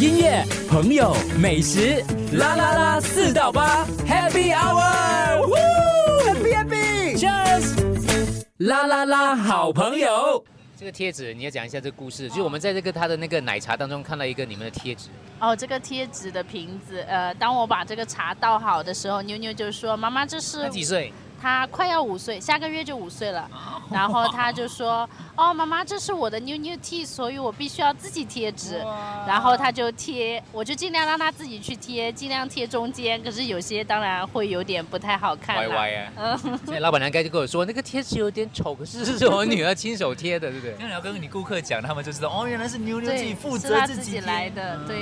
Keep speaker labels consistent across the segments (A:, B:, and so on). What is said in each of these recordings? A: 音乐、朋友、美食，啦啦啦，四到八，Happy Hour，Happy Happy，Cheers，啦啦啦，好朋友。
B: 这个贴纸你要讲一下这个故事，就是我们在这个他的那个奶茶当中看到一个你们的贴纸，
C: 哦，这个贴纸的瓶子，呃，当我把这个茶倒好的时候，妞妞就说：“妈妈，这
B: 他
C: 是
B: 几岁？
C: 她快要五岁，下个月就五岁了。”
B: 啊
C: 然后她就说：“哦，妈妈，这是我的妞妞 T，所以我必须要自己贴纸。”然后她就贴，我就尽量让她自己去贴，尽量贴中间，可是有些当然会有点不太好看
B: 歪
C: 啦。嗯
B: 歪啊！所以老板娘该就跟我说，那个贴纸有点丑，可是是我女儿亲手贴的，对不对？
D: 那你要跟你顾客讲，他们就知道哦，原来是妞妞自己
C: 对，
D: 负
C: 是
D: 责
C: 他
D: 自
C: 自
D: 己
C: 己
D: 嗯贴
C: 来的，对。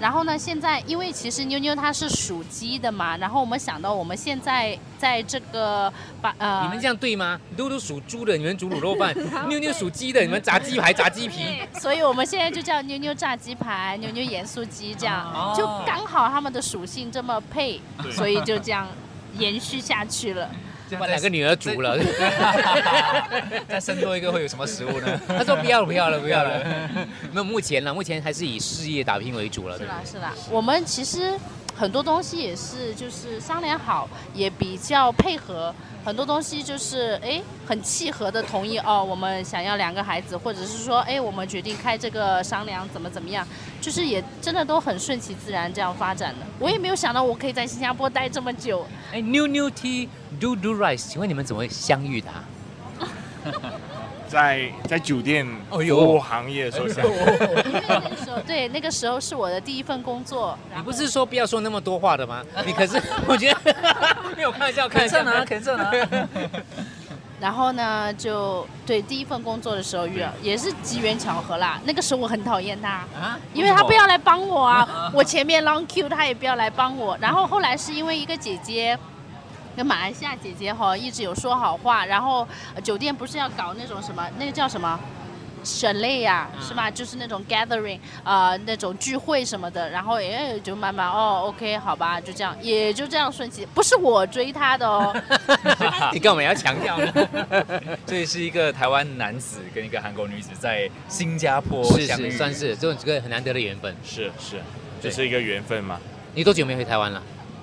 C: 然后呢，现在因为其实妞妞她是属鸡的嘛，然后我们想到我们现在在这个把呃，
B: 你们这样对吗？嘟嘟属猪的，你们煮卤肉饭；妞妞属鸡的，你们炸鸡排、炸 鸡皮。
C: 对所以我们现在就叫妞妞炸鸡排、妞妞盐酥鸡这样，
D: 哦
C: 就刚好他们的属性这么配，所以就这样延续下去了。
D: 这样
B: 把
D: 再
B: 两个女儿煮了。
D: 再生多一个会有什么食物呢？
B: 他说不要了，不要了，不要了。没有，目前呢，目前还是以事业打拼为主了。
C: 是
B: 对
C: 啦是啦，我们其实很多东西也是就是商量好，也比较配合。很多东西就是哎，很契合的同意哦，我们想要两个孩子，或者是说哎，我们决定开这个商量怎么怎么样，就是也真的都很顺其自然这样发展的。我也没有想到我可以在新加坡待这么久，
B: 哎，New New Tea Do Do Rice，请问你们怎么会相遇的啊？
E: 在在酒店
B: 哦
E: 服
B: 哟
E: 务行业的时候想，
C: 因为那个时候对那个时候是我的第一份工作，然
B: 你
C: 后
B: 不是说不要说那么多话的吗？你可是 我觉得没有开玩笑，开玩笑
D: 肯正啊肯正 啊。
C: 然后呢，就对第一份工作的时候遇到，也是机缘巧合啦。那个时候我很讨厌他，
D: 啊
C: 因为他不
D: 什
C: 要来帮我啊，我前面 long Q 他也不要来帮我。然后后来是因为一个姐姐。跟马来西亚姐姐哈一直有说好话，然后呃酒店不是要搞那种什么，那个叫什么？省类呀、是吧？就是那种 gathering，呃，那种聚会什么的，然后也就慢慢哦，OK，好吧，就这样，也就这样顺其，不是我追他的哦，
B: 你干嘛要强调呢？
D: 么 所以是一个台湾男子跟一个韩国女子在新加坡
B: 是
D: 相遇，
B: 是，算是这种这个很难得的缘分。
E: 是是，
B: 对
E: 这是一个缘分嘛，
B: 你多久没回台湾了？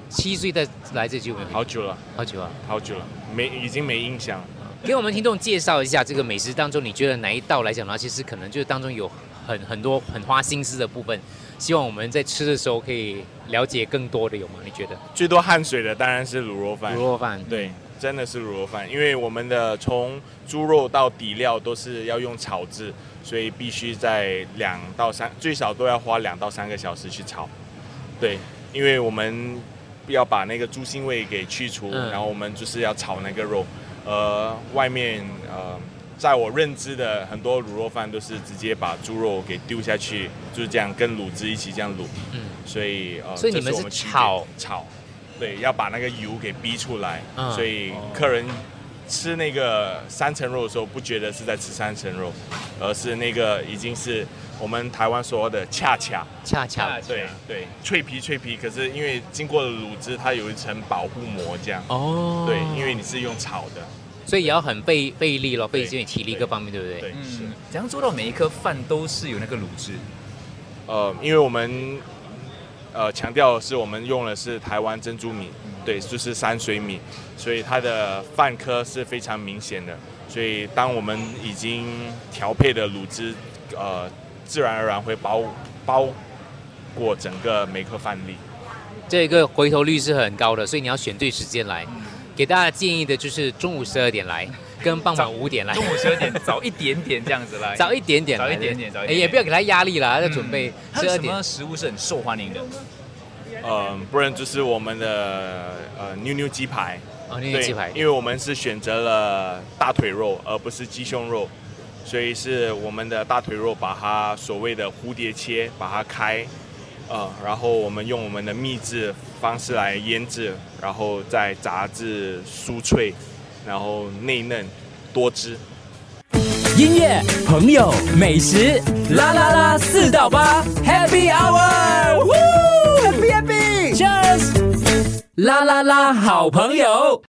B: 七岁再来这久没回？
E: 好久了，
B: 好久啊！
E: 好久了，没已经没印象了。
B: 给我们听众介绍一下这个美食当中，你觉得哪一道来讲呢？其实可能就是当中有很很多很花心思的部分，希望我们在吃的时候可以了解更多的，有吗？你觉得
E: 最多汗水的当然是卤肉饭
B: 卤，肉饭？
E: 哎对，真的是卤肉饭，因为我们的从猪肉到底料都是要用炒制，所以必须在两到三，最少都要花两到三个小时去炒。对，因为我们要把那个猪腥味给去除，
B: 嗯
E: 然后我们就是要炒那个肉。呃，外面呃，在我认知的很多卤肉饭都是直接把猪肉给丢下去，就是这样跟卤汁一起这样卤。
B: 嗯
E: 嗯，所以呃，
B: 所以
E: 这
B: 你们
E: 我
B: 是
E: 区别
B: 炒
E: 炒，对，要把那个油给逼出来，
B: 嗯
E: 所以客人吃那个三层肉的时候，不觉得是在吃三层肉，而是那个已经是我们台湾所谓的恰恰，
B: 恰恰
D: 恰恰
E: 对对，脆皮脆皮，可是因为经过了卤汁，它有一层保护膜这样，
B: 哦，
E: 对，因为你是用炒的，
B: 所以也要很费费力咯，费
E: 对
B: 劲体力各方面，对不对？
E: 对，是
D: 嗯，，怎样做到每一颗饭都是有那个卤汁？
E: 呃，因为我们呃强调的是我们用的是台湾珍珠米，对，就是山水米，所以它的饭颗是非常明显的。所以当我们已经调配的卤汁，呃，自然而然会包包裹整个每颗饭粒。
B: 这个回头率是很高的，所以你要选对时间来。
D: 嗯
B: 给大家建议的就是中午十二点 来，跟傍晚五点来
D: 中，午十二点早一点点这样子来。
B: 早一点点来，
D: 早一点点早一点
B: 哎
D: 点
B: 也不要给他压力啦，要
D: 嗯
B: 准备
D: 还
B: 十
D: 有
B: 二
D: 什
B: 点
D: 么。食物是很受欢迎的？
E: 呃，不然就是我们的呃妞妞鸡排，
B: 哦，那个
E: 对，
B: 鸡排，
E: 因为我们是选择了大腿肉，而不是鸡胸肉，所以是我们的大腿肉把它所谓的蝴蝶切，把它开，呃，然后我们用我们的秘制方式来腌制，然后再炸至酥脆，然后内嫩多汁。
A: 音乐、朋友、美食，啦啦啦，四到八，Happy Hour，Happy Happy，Cheers，啦啦啦，好朋友。